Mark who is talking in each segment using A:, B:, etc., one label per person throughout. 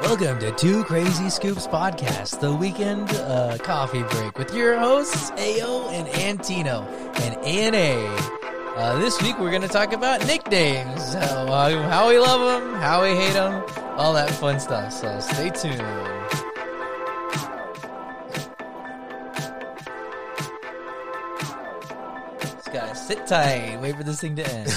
A: Welcome to Two Crazy Scoops Podcast, the weekend uh, coffee break with your hosts, AO and Antino and ANA. Uh, this week we're going to talk about nicknames, how, uh, how we love them, how we hate them, all that fun stuff. So stay tuned. Just gotta sit tight, wait for this thing to end.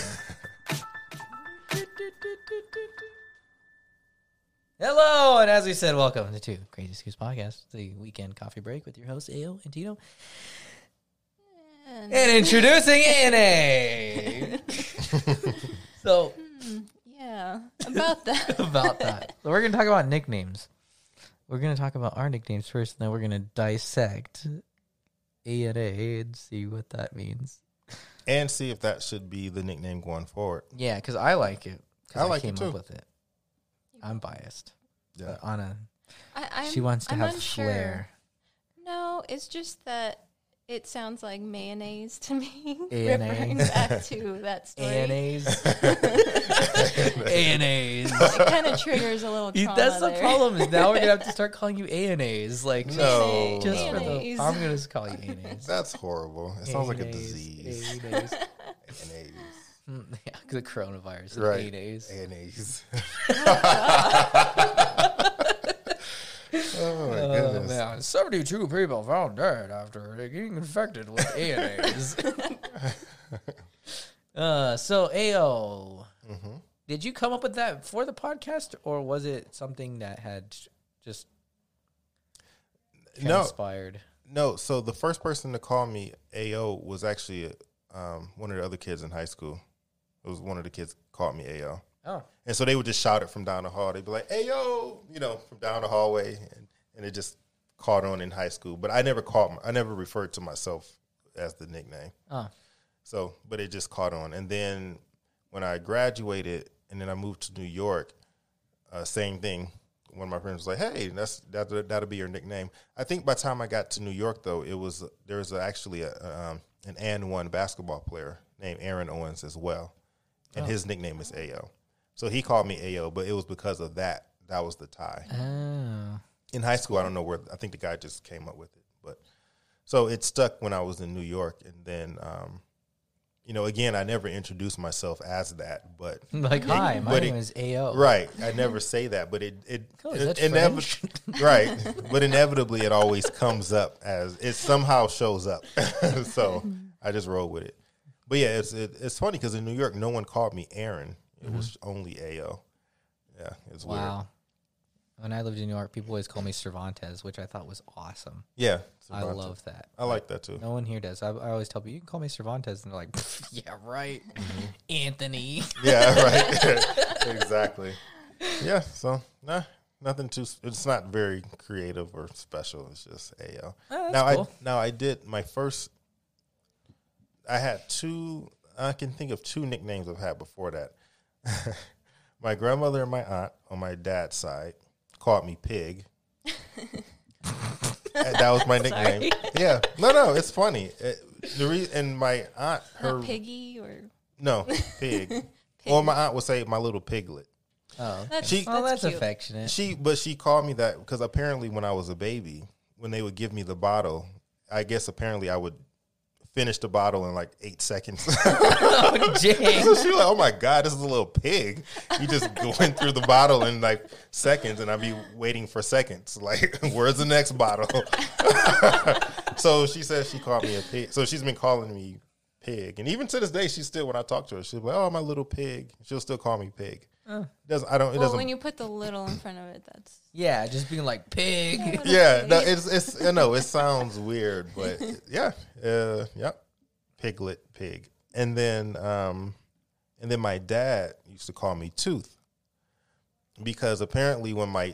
A: Hello, and as we said, welcome to Two Crazy Scoops Podcast, the weekend coffee break with your hosts, AO and Tino. And introducing NA. so,
B: Yeah, about that.
A: about that, we're going to talk about nicknames. We're going to talk about our nicknames first, and then we're going to dissect A and A and see what that means.
C: and see if that should be the nickname going forward.
A: Yeah, because I like it. 'cause
C: I like it
A: came up
C: too.
A: with it. I'm biased.
C: Yeah.
A: But Anna,
B: I, I'm,
A: she wants to
B: I'm
A: have
B: unsure.
A: flair.
B: No, it's just that it sounds like mayonnaise to me.
A: A&A.
B: Referring back to that story,
A: ANAs. ANAs.
B: it kind of triggers a little.
A: You-
B: Trauma
A: That's the
B: there.
A: problem. Is now we're gonna have to start calling you ANAs. Like
C: No,
A: just for the
B: ANAs.
A: I'm gonna just call you ANAs.
C: That's horrible. It sounds like a
A: ANAs,
C: disease.
A: ANAs.
C: ANAs.
A: Mm, yeah, the coronavirus.
C: Right.
A: Right. ANAs.
C: ANAs. oh my
A: Oh
C: goodness.
A: man, seventy-two people found dead after getting infected with ANAs. uh, so AO,
C: Mm-hmm.
A: did you come up with that for the podcast, or was it something that had just
C: No,
A: transpired?
C: no. So the first person to call me AO was actually um, one of the other kids in high school. It was one of the kids called me AO.
A: Oh,
C: And so they would just shout it from down the hall. They'd be like, "Hey yo," you know, from down the hallway, and, and it just caught on in high school. But I never called, my- I never referred to myself as the nickname.
A: oh,
C: So, but it just caught on. And then when I graduated, and then I moved to New York, uh, same thing. One of my friends was like, "Hey, that's that that'll be your nickname." I think by the time I got to New York, though, it was there was actually a, um, an and one basketball player named Aaron Owens as well, and his nickname is AO. So he called me AO, but it was because of that. That was the tie
A: oh.
C: in high school. I don't know where. I think the guy just came up with it, but so it stuck when I was in New York, and then um, you know, again, I never introduced myself as that, but
A: like hi, my
C: But it-
A: name is AO.
C: right, I never say that, but it it,
A: Oh,
C: it
A: is that
C: inevi- right, but inevitably it always comes up as it somehow shows up, so I just roll with it. But yeah, it's it, it's funny because in New York, no one called me Aaron; it was only Ao. Yeah, it's weird.
A: Mm-hmm. Wow. When I lived in New York, people always called me Cervantes, which I thought was awesome.
C: Yeah,
A: I
C: Cervantes.
A: love that.
C: I like that too.
A: No one here does. I, I always tell people, you can call me Cervantes. And they're like, "Pfft, yeah, right.
C: Mm-hmm.
A: Anthony.
C: Yeah, right. exactly. Yeah, so nah, nothing too. It's not very creative or special. It's just AO.
A: Oh, that's
C: now
A: cool.
C: I now I did my first. I had two. I can think of two nicknames I've had before that. my grandmother and my aunt on my dad's side called me Pig. And that was my nickname. Yeah, no, no, it's funny. It, the re- and my aunt, her
B: Not piggy or
C: no, pig. Or my aunt would say my little piglet.
A: Oh,
B: that's
C: She-
A: well, that's,
B: that's, cute.
A: affectionate.
C: She but she called me that because apparently when I was a baby, when they would give me the bottle, I guess apparently I would finish the bottle in like eight seconds. so
A: Oh, dang.
C: she like, oh my god, this is a little pig. You just going through the bottle in like seconds, and I'd be waiting for seconds. Like, where's the next bottle? so she says she called me a pig. So she's been calling me pig, and even to this day, she still when I talk to her, she'll be like, "Oh, my little pig." She'll still call me pig. Doesn't I don't it
B: Well,
C: doesn't
B: when you put the little in front of it, that's
A: Yeah, just being like, pig.
C: yeah no it's it's you know it sounds weird but yeah uh yeah piglet pig and then um and then my dad used to call me tooth because apparently when my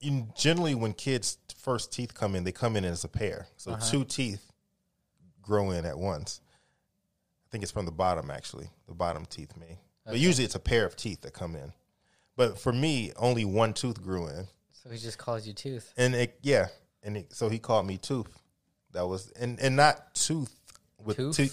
C: in generally when kids first teeth come in they come in as a pair so two teeth grow in at once i think it's from the bottom actually the bottom teeth may but usually it's a pair of teeth that come in but for me only one tooth grew in
A: So he just calls you Tooth.
C: and it, yeah, and it, so he called me Tooth. That was and and not Tooth with
A: Tooth?
C: T,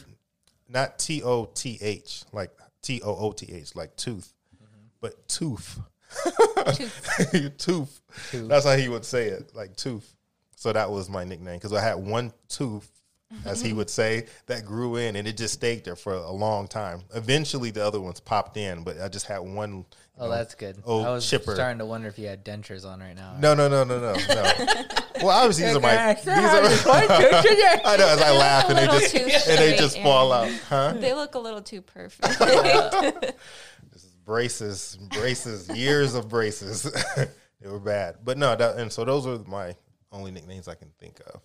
C: not T O T H like T O O T H like Tooth, but Tooth.
B: Tooth.
C: tooth.
A: Tooth.
C: That's how he would say it, like tooth. So that was my nickname because I had one tooth, as he would say, that grew in and it just stayed there for a long time. Eventually, the other ones popped in, but I just had one. you
A: Oh,
C: know.
A: that's good.
C: Oh,
A: I was
C: chipper.
A: starting to wonder if you had dentures on right now.
C: No, no, no, no, no, no. well, obviously these are my. These are, I know as I laugh and they
B: Little
C: just
B: tooth
C: and they
B: straight,
C: just
B: Aaron.
C: fall out, huh?
B: They look a little too perfect.
C: braces, braces, years of braces. they were bad, but no, that, and so those are my only nicknames I can think of.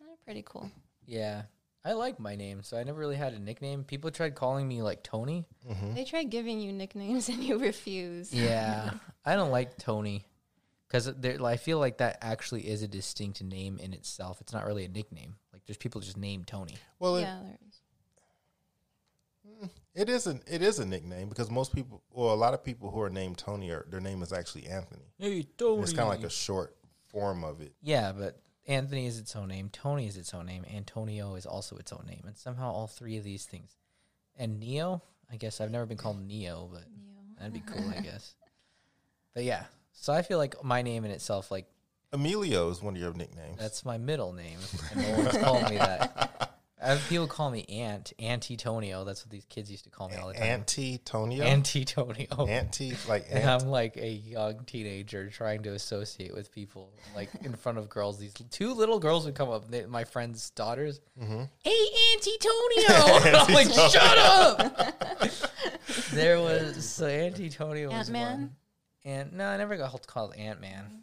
B: They're pretty cool.
A: Yeah. I like my name, so I never really had a nickname. People tried calling me like Tony.
B: They tried giving you nicknames and you refuse.
A: Mm-hmm. Yeah. I don't like Tony because I feel like that actually is a distinct name in itself. It's not really a nickname. Like, there's people just named Tony.
C: Well, it,
B: Yeah, there is.
C: it is an it is a nickname because most people, or a lot of people who are named Tony, are their name is actually Anthony.
A: Hey, Tony.
C: It's kind of like a short form of it.
A: Yeah, but Anthony is its own name. Tony is its own name. Antonio is also its own name. And somehow all three of these things. And Neo, I guess I've never been called Neo, but that'd be cool, I guess. But yeah, so I feel like my name in itself, like,
C: Emilio is one of your nicknames.
A: that's my middle name. And no one's called me that. I have people call me Ant, Antitonio. That's what these kids used to call me all the time.
C: Antonio.
A: Antitonio.
C: Anti like
A: And
C: ant.
A: I'm like a young teenager trying to associate with people, like in front of girls. These two little girls would come up, they, my friend's daughters.
C: Mm-hmm.
A: Hey, Antitonio! And I'm like, shut up! there was so Antitonio was
B: Ant-Man?
A: one. And no, I never got called Ant Man.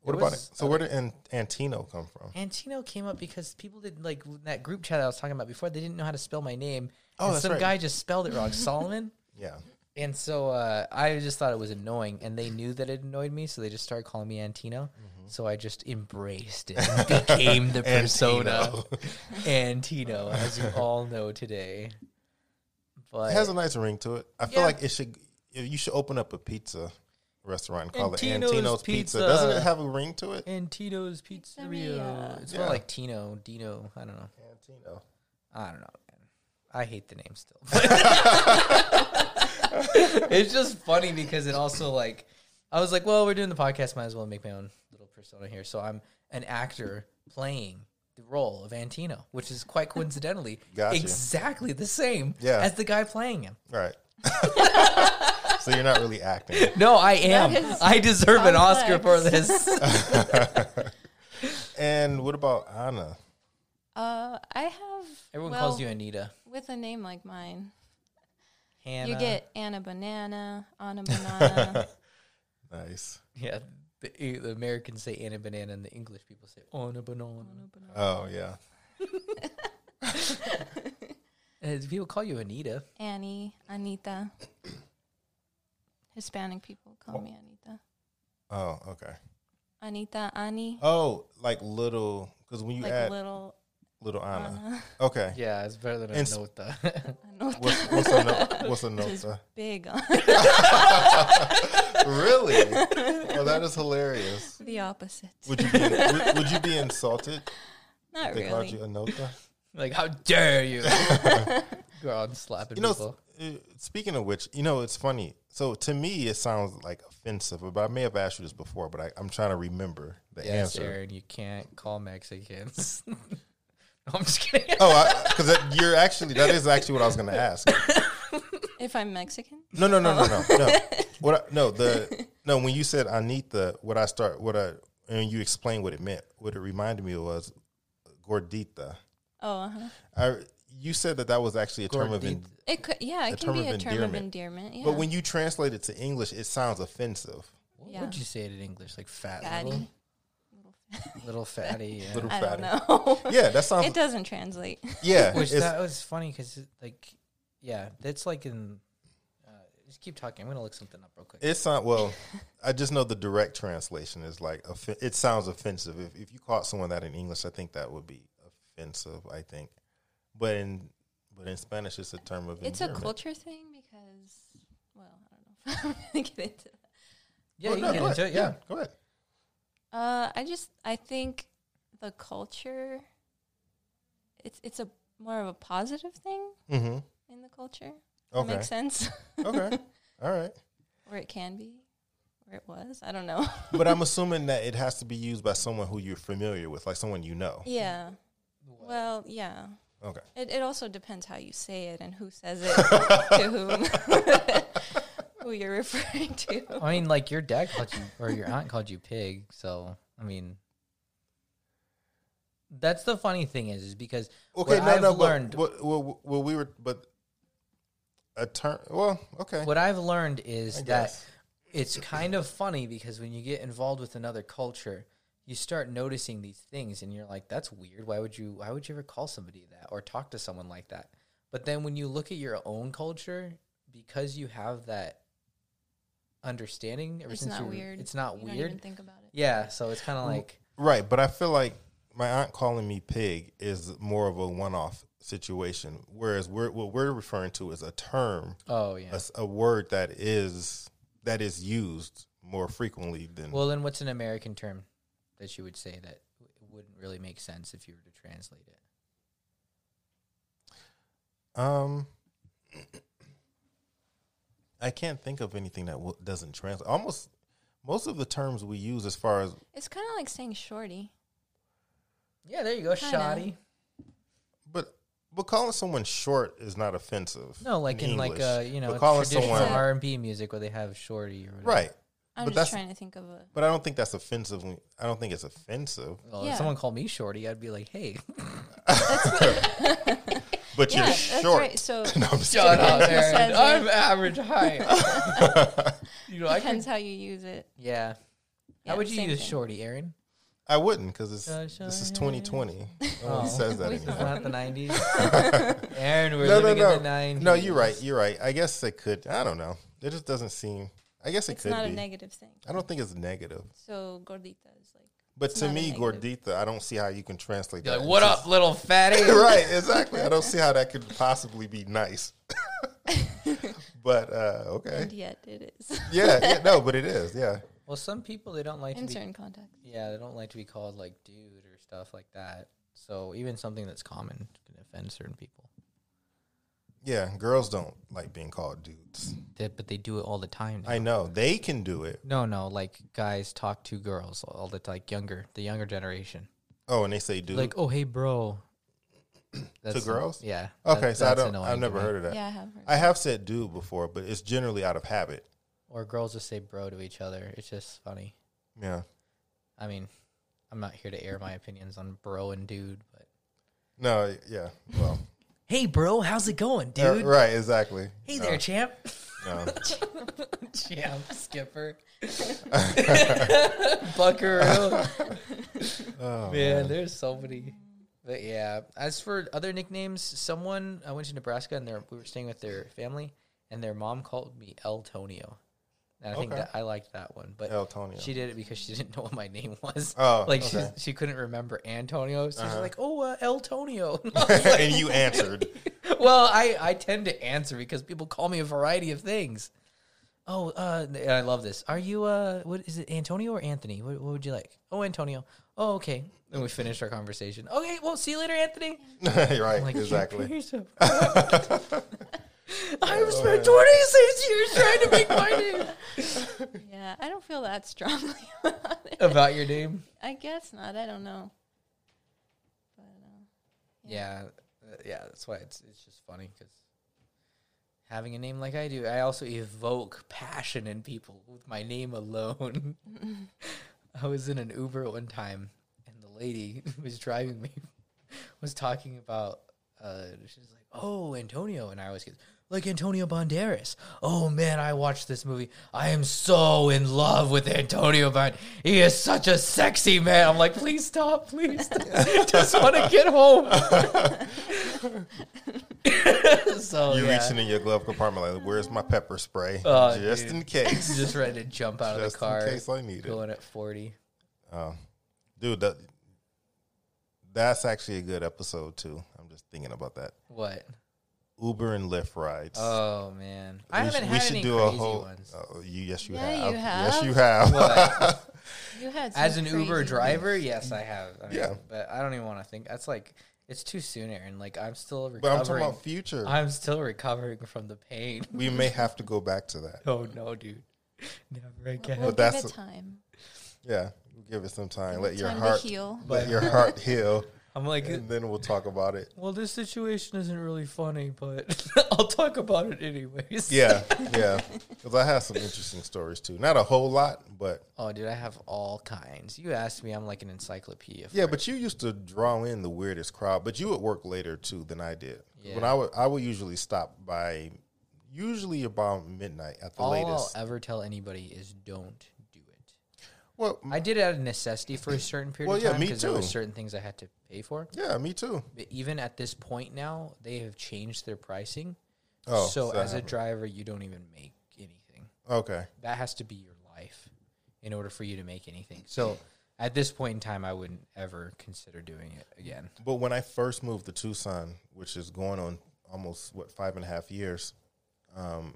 C: What
A: it
C: about it?
A: was-
C: So where did an, Antino come from?
A: Antino came up because people didn't like that group chat I was talking about before. They didn't know how to spell my name.
C: Oh,
A: and
C: that's
A: some
C: right.
A: guy just spelled it wrong, Solomon.
C: Yeah.
A: And so uh, I just thought it was annoying, and they knew that it annoyed me, so they just started calling me Antino.
C: Mm-hmm.
A: So I just embraced it, and became the persona Antino, as you all know today. But
C: It has a nice ring to it. I feel
A: Yeah.
C: like it should. You should open up a pizza restaurant and call
A: Antino's
C: it Antino's
A: Pizza.
C: pizza. Doesn't it have a ring to it?
A: Antino's Pizzeria.
B: Pizzeria.
A: It's more
C: Yeah.
A: like Tino, Dino. I don't know.
C: Antino.
A: I don't know. Man. I hate the name still. it's just funny because it also like I was like, well, we're doing the podcast, might as well make my own little persona here. So I'm an actor playing the role of Antino, which is quite coincidentally
C: Gotcha.
A: exactly the same
C: Yeah.
A: as the guy playing him.
C: All right. so you're not really acting.
A: No, I am.
B: is
A: I deserve an Oscar for
B: complex.
A: this.
C: And what about Anna?
B: Uh, I have.
A: Everyone
B: well,
A: calls you Anita.
B: with a name like mine.
A: Hannah.
B: You get Anna Banana, Anna Banana.
C: Nice.
A: yeah. The, the Americans say Anna Banana, and the English people say Anna Banana.
C: Oh yeah.
A: And people call you Anita.
B: Annie, Anita. Hispanic people call me Anita.
C: Oh okay.
B: Anita, Ani,
C: Oh, like little because when you
B: like
C: add little,
B: little
C: Anna.
B: Anna.
C: Okay.
A: Yeah, it's better than
C: And s-
A: a nota.
B: Anota.
C: What's what's a no, what's a
B: Just
C: nota?
B: big
C: really? Well, that is hilarious.
B: the opposite.
C: Would you be would, would you be insulted
B: Not
C: if they called
B: really.
C: you a nota?
A: like, how dare you? Go out and slapping
C: You know,
A: people.
C: s- uh, speaking of which, you know, it's funny. So to me, it sounds like offensive, but I may have asked you this before, but I, I'm trying to remember the
A: Yes,
C: answer.
A: Aaron, you can't call Mexicans. No, I'm just kidding.
C: Oh, because you're actually that is actually what I was going to ask.
B: If I'm Mexican,
C: No, no, no, no, no, no. What? I, no, the no. When you said Anita, what I start, what I and you explained what it meant, what it reminded me was gordita.
B: oh, uh-huh.
C: I you said that that was actually a term of, en-
A: Gordita.
B: it could. Yeah, it
C: A
B: can be
C: term
B: a
C: of
B: term of
C: endearment.
B: endearment. Yeah.
C: but when you translate it to English, it sounds offensive.
A: What
B: Yeah.
A: would you say it in English? Like fat
B: Daddy,
A: little? Little fatty. Yeah.
C: Little
B: I
C: fatty.
B: don't know.
C: Yeah, um, that sounds.
B: it doesn't translate.
C: Yeah,
A: Which
C: it's-
A: that was funny because, like, yeah, that's like in. Uh, just keep talking. I'm going to look something up real quick.
C: It's not well. I just know the direct translation is like off- it sounds offensive. If if you caught someone that in English, I think that would be offensive. I think, but in but in Spanish, it's a term of
B: It's a
C: endearment.
B: culture thing because, well, I don't know if I'm gonna get into. That.
A: yeah,
B: Oh,
C: Well,
A: you
C: Oh, no,
A: can get
C: go
A: into
C: ahead.
A: it. Yeah.
C: go ahead.
B: Uh, I just I think the culture. It's it's a more of a positive thing
C: Mm-hmm.
B: in the culture. That
C: Okay.
B: makes sense.
C: Okay. All right.
B: or it can be, or it was. I don't know.
C: But I'm assuming that it has to be used by someone who you're familiar with, like someone you know.
B: yeah. Well, yeah.
C: Okay.
B: It, it also depends how you say it and who says it to whom, who you're referring to.
A: I mean, like your dad called you or your aunt called you pig. So I mean, that's the funny thing is, is because
C: Okay.
A: what
C: no,
A: I've
C: no.
A: learned,
C: But, what- what- what- what we were, but a turn. Well, okay.
A: what I've learned is
C: I
A: that
C: guess.
A: it's kind of funny because when you get involved with another culture, you start noticing these things, and you're like, "That's weird. Why would you? Why would you ever call somebody that or talk to someone like that?" But then when you look at your own culture, because you have that understanding, ever
B: It's
A: since
B: not
A: you were-
B: weird.
A: It's not
B: You don't
A: weird.
B: even think about it.
A: Yeah, so it's kind of like
C: Right, but I feel like my aunt calling me pig is more of a one-off situation, whereas we're, what we're referring to is a term,
A: Oh
C: a
A: yeah.
C: s a a word that is that is used more frequently than
A: Well, then what's an American term that you would say that w- wouldn't really make sense if you were to translate it?
C: Um, I can't think of anything that w- doesn't translate. Almost most of the terms we use, as far as
B: It's kind of like saying shorty.
A: Yeah, there you go,
B: Kinda.
A: shoddy.
C: but but calling someone short is not offensive.
A: No, like in, like
C: English.
A: uh, you know
C: But calling
A: traditional
C: someone-
A: R and B music where they have shorty or whatever.
C: right.
B: I'm
C: But that's-
B: just trying to think of a.
C: But I don't think that's offensive. when- I don't think it's offensive.
A: Well,
B: Yeah.
A: if someone called me shorty, I'd be like, hey,
C: But
B: Yeah,
C: you're
B: that's
C: short.
B: right. So
C: No, I'm just
A: shut
C: kidding.
A: up,
B: Who says
A: Aaron.
B: it?
A: I'm average height. you know, I can.
B: depends how you use it.
A: Yeah.
B: Yeah,
A: How would you
B: same
A: use
B: thing.
A: shorty, Aaron?
C: I wouldn't because it's
A: Gosh,
C: this is
A: I-
C: 2020. No one
A: Oh.
C: says that
B: We
A: It's
C: anymore.
A: not the '90s. Aaron, we're
C: No, no,
A: living
C: no.
A: in the '90s.
C: No, you're right. You're right. I guess it could. I don't know. It just doesn't seem. I guess it
B: It's
C: could
B: not
C: be.
B: a negative thing.
C: I don't think it's negative.
B: So gordita is like.
C: But
B: It's
C: to
B: not a
C: me,
B: negative.
C: gordita, I don't see how you can translate
A: You're
C: that.
A: like, what
C: into-
A: up, little fatty?
C: right, exactly. I don't see how that could possibly be nice. but uh, okay,
B: And yet it is
C: yeah, yeah, no, but it is, yeah.
A: Well, some people they don't like
B: in
A: to be
B: certain contexts.
A: Yeah, they don't like to be called like dude or stuff like that. So even something that's common can offend certain people.
C: Yeah, girls don't like being called dudes.
A: That, but they do it all the time. now.
C: I know they can do it.
A: no, no, like guys talk to girls all the like younger, the younger generation.
C: Oh, and they say dude.
A: Like, oh hey, bro.
C: girls?
A: Yeah.
C: okay,
A: that-
C: so I
A: that's
C: don't.
A: annoying
C: I've
A: to
C: never
A: me.
C: heard of that.
B: Yeah, I have heard.
C: I have said dude before, but it's generally out of habit.
A: Or girls just say bro to each other. It's just funny.
C: Yeah.
A: I mean, I'm not here to air my opinions on bro and dude, but
C: No. Yeah. Well.
A: hey, bro, how's it going,
C: uh,
A: dude?
C: right. Exactly.
A: Hey
C: No,
A: there, champ.
C: no.
A: Champ, skipper, buckaroo.
C: Oh,
A: man, there's so many. But yeah, as for other nicknames, someone I went to Nebraska and their we were staying with their family, and their mom called me El Tonio, and I think
C: Okay.
A: that I liked that one. But
C: El Tonio.
A: she did it because she didn't know what my name was.
C: Oh,
A: like
C: okay. Uh-huh.
A: she she couldn't remember Antonio, so she's like, "Oh, uh, El Tonio." And I was
C: and you answered.
A: like, well, I I tend to answer because people call me a variety of things. Oh, uh, and I love this. Are you uh, what is it, Antonio or Anthony? What, what would you like? Oh, Antonio. Oh, okay. Then we finished our conversation. Okay, well, see you later, Anthony.
C: right.
A: Like,
C: exactly.
A: "You're so- I've spent 26 years trying to make my name.
B: Yeah, I don't feel that strongly about it.
A: About your name?
B: I guess not. I don't know. But, uh,
A: Yeah, uh, yeah. That's why it's it's just funny because having a name like I do, I also evoke passion in people with my name alone. I was in an Uber one time, and the lady who was driving me was talking about. Uh, she was like, "Oh, Antonio," and I always get like Antonio Banderas. Oh man, I watched this movie. I am so in love with Antonio Banderas. He is such a sexy man. I'm like, please stop, please. Stop. Just want to get home. so
C: You
A: yeah,
C: reaching in your glove compartment like, where's my pepper spray?
A: Oh,
C: just
A: dude.
C: in case.
A: just ready to jump out of
C: just
A: the car,
C: in case I need it.
A: going at forty.
C: Oh. Dude, that, that's actually a good episode too. I'm just thinking about that.
A: What?
C: Uber and Lyft rides.
A: Oh man, I
C: We
A: haven't
C: should-
A: had any crazy ones.
C: Oh, you, yes, you
B: Yeah,
C: have.
B: you
C: Yes,
B: have.
C: you have.
A: What?
B: you had some
A: As an Uber
B: crazy-
A: driver, yes, I have. I mean,
C: Yeah.
A: but I don't even want to think. That's like it's too soon, Aaron. Like I'm still
C: but I'm talking
A: recovering.
C: about future.
A: I'm still recovering from the pain.
C: we may have to go back to that.
A: Oh no, dude. Never
B: We'll,
A: again.
B: we'll
C: But that's-
B: give it time.
C: Yeah, give it some time.
B: Give
C: Let
B: it
C: your
B: time
C: heart
B: to heal.
C: let your heart heal,
A: I'm like,
C: and then we'll talk about it.
A: well, this situation isn't really funny, but I'll talk about it anyways.
C: Yeah, yeah. Because I have some interesting stories too. Not a whole lot, but
A: Oh, dude, I have all kinds. You asked me, I'm like an encyclopedia.
C: yeah. But you used to draw in the weirdest crowd. But you would work later too than I did. When
A: Yeah.
C: I would, I would usually stop by, usually about midnight at the
A: all
C: latest.
A: I'll ever tell anybody is don't do it.
C: Well,
A: I did it out of necessity for a certain period
C: Well,
A: of
C: yeah,
A: time
C: me
A: there were
C: too.
A: certain things I had to pay for.
C: yeah, me too.
A: But even at this point now, they have changed their pricing.
C: Oh,
A: so,
C: so-
A: as a driver, you don't even make anything.
C: Okay.
A: That has to be your life in order for you to make anything. So at this point in time, I wouldn't ever consider doing it again.
C: But when I first moved to Tucson, which is going on almost what five and a half years, um,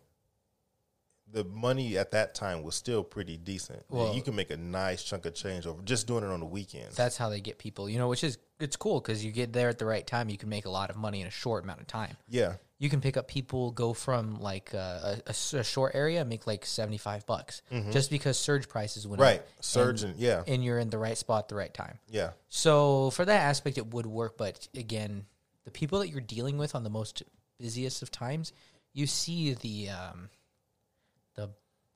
C: the money at that time was still pretty decent.
A: Well-
C: you can make a nice chunk of change over just doing it on the weekends.
A: That's how they get people, you know, which is it's cool because you get there at the right time. You can make a lot of money in a short amount of time.
C: yeah,
A: you can pick up people go from like uh, a, a s- a short area and make like 75 bucks just because surge prices went
C: Mm-hmm. right.
A: up
C: Surgeon. yeah,
A: and you're in the right spot at the right time
C: yeah,
A: so for that aspect it would work but again the people that you're dealing with on the most busiest of times you see the um, the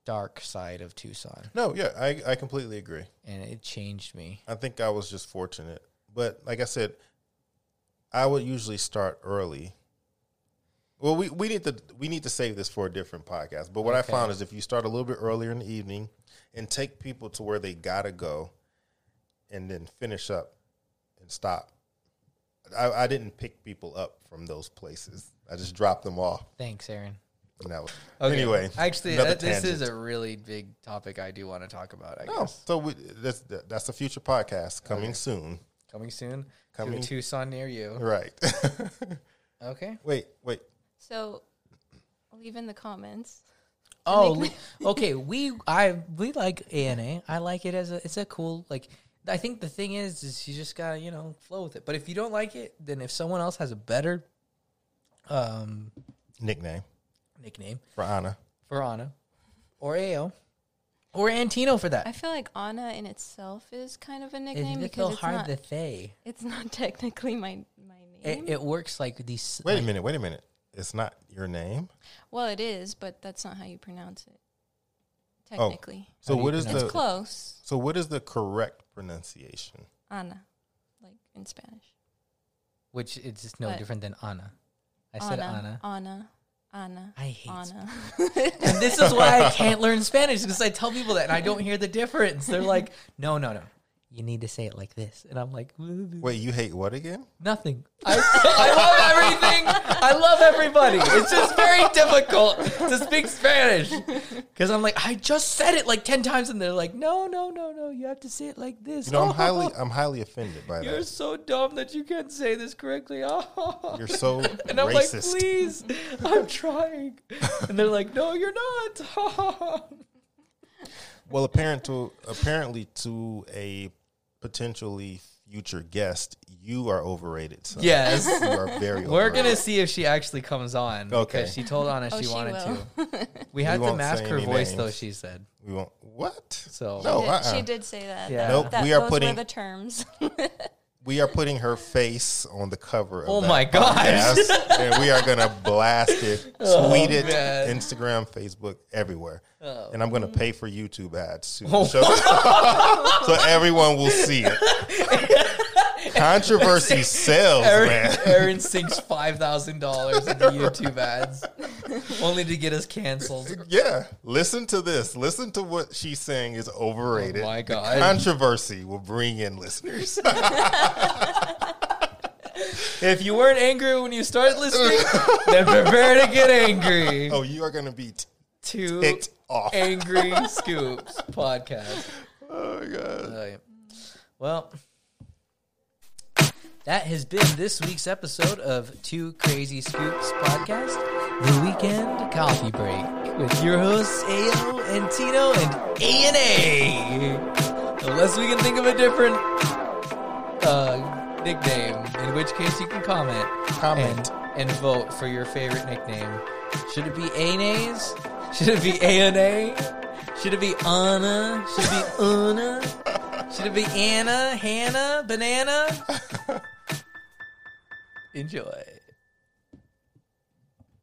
A: dark side of tucson
C: no, yeah. I I completely agree.
A: and it changed me
C: I think I was just fortunate, but like I said, I would usually start early. Well, we, we need to we need to save this for a different podcast. But what I
A: Okay.
C: found is if you start a little bit earlier in the evening and take people to where they gotta go, and then finish up and stop. I, I didn't pick people up from those places. I just dropped them off,
A: thanks aaron
C: and that was
A: Okay.
C: anyway.
A: actually
C: another
A: that, this is
C: tangent. Oh.
A: a really big topic i do want to talk about i
C: no.
A: guess
C: So we, that's that's a future podcast coming soon,
A: coming soon
C: Coming-
A: to a tucson near you
C: right?
A: okay
C: wait, wait.
B: So leave in the comments.
A: Oh, le- okay. We I we like A and A. I like it as a it's a cool like. I think the thing is is you just gotta you know flow with it. But if you don't like it, then if someone else has a better um
C: Nickname
A: nickname
C: for Anna.
A: for Anna or Ao or Antino for
B: I
A: that,
B: feel like Anna in itself is kind of a
A: it's
B: nickname
A: it's
B: because
A: so
B: it's
A: hard
B: not,
A: to say.
B: it's not technically my my name.
A: It, it works like these.
C: Wait a minute, wait a minute. It's not your name.
B: well, it is, but that's not how you pronounce it. Technically,
C: Oh. So
A: How do
C: what
A: you
C: is
B: it's
A: pronounce
C: the
B: close.
C: so what is the correct pronunciation?
B: Anna, like in Spanish.
A: which it's just no
B: But-
A: different than Anna. I said Anna.
B: Anna. Anna.
A: I hate
B: Anna.
A: And this is why I can't learn Spanish because I tell people that and I don't hear the difference. They're like, no, no, no. You need to say it like this. And I'm like,
C: Wait, you hate what again?
A: nothing. I, I love everything. I love everybody. It's just very difficult to speak Spanish because I'm like, I just said it like 10 times. And they're like, no, no, no, no. You have to say it like this. Oh,
C: You know, I'm highly I'm highly offended by
A: You're
C: that.
A: so dumb that you can't say this correctly. Oh.
C: You're so
A: And I'm
C: racist.
A: like, please, I'm trying. And they're like, no, you're not.
C: Well, apparent to apparently to a potentially future guest, you are overrated. Son.
A: yes.
C: You are very
A: We're
C: overrated.
A: gonna see if she actually comes on.
C: Okay.
A: Because she told Anna
B: Oh,
A: she
B: she
A: wanted
B: will.
A: to. We had to
C: won't
A: mask
C: say
A: her
C: any
A: voice though.
C: names.
A: She said
C: we won't what?
A: so.
C: No. Oh,
B: Did-
C: uh-uh.
B: She did say that.
A: Yeah.
B: Yeah.
A: Nope,
B: that,
C: we are
B: those
C: putting-
B: were the terms.
C: We are putting her face on the cover of
A: Oh
C: that
A: my gosh. Oh,
C: podcast, and we are gonna blast it, tweet it,
A: man.
C: Instagram, Facebook, everywhere. And I'm gonna pay for YouTube ads too.
A: Oh.
C: So, so everyone will see it. Controversy sells,
A: Aaron,
C: man.
A: Aaron sinks five thousand dollars into YouTube ads, only to get us canceled.
C: Yeah. Listen to this. Listen to what she's saying is overrated.
A: Oh my
C: The
A: God.
C: controversy will bring in listeners.
A: If you weren't angry when you started listening, then prepare to get angry.
C: oh, you are gonna be t-
A: Two
C: ticked off.
A: angry scoops podcast.
C: Oh my god.
A: Right. Well, that has been this week's episode of Two Crazy Scoops Podcast, The Weekend Coffee Break, with your hosts, AO and Tino and ANA. Unless we can think of a different uh, nickname, in which case you can comment,
C: Comment.
A: And, and vote for your favorite nickname. Should it be ANA's? Should it be ANA? Should it be Anna? Should it be Una? Should it be Anna, Hannah, Banana? Enjoy.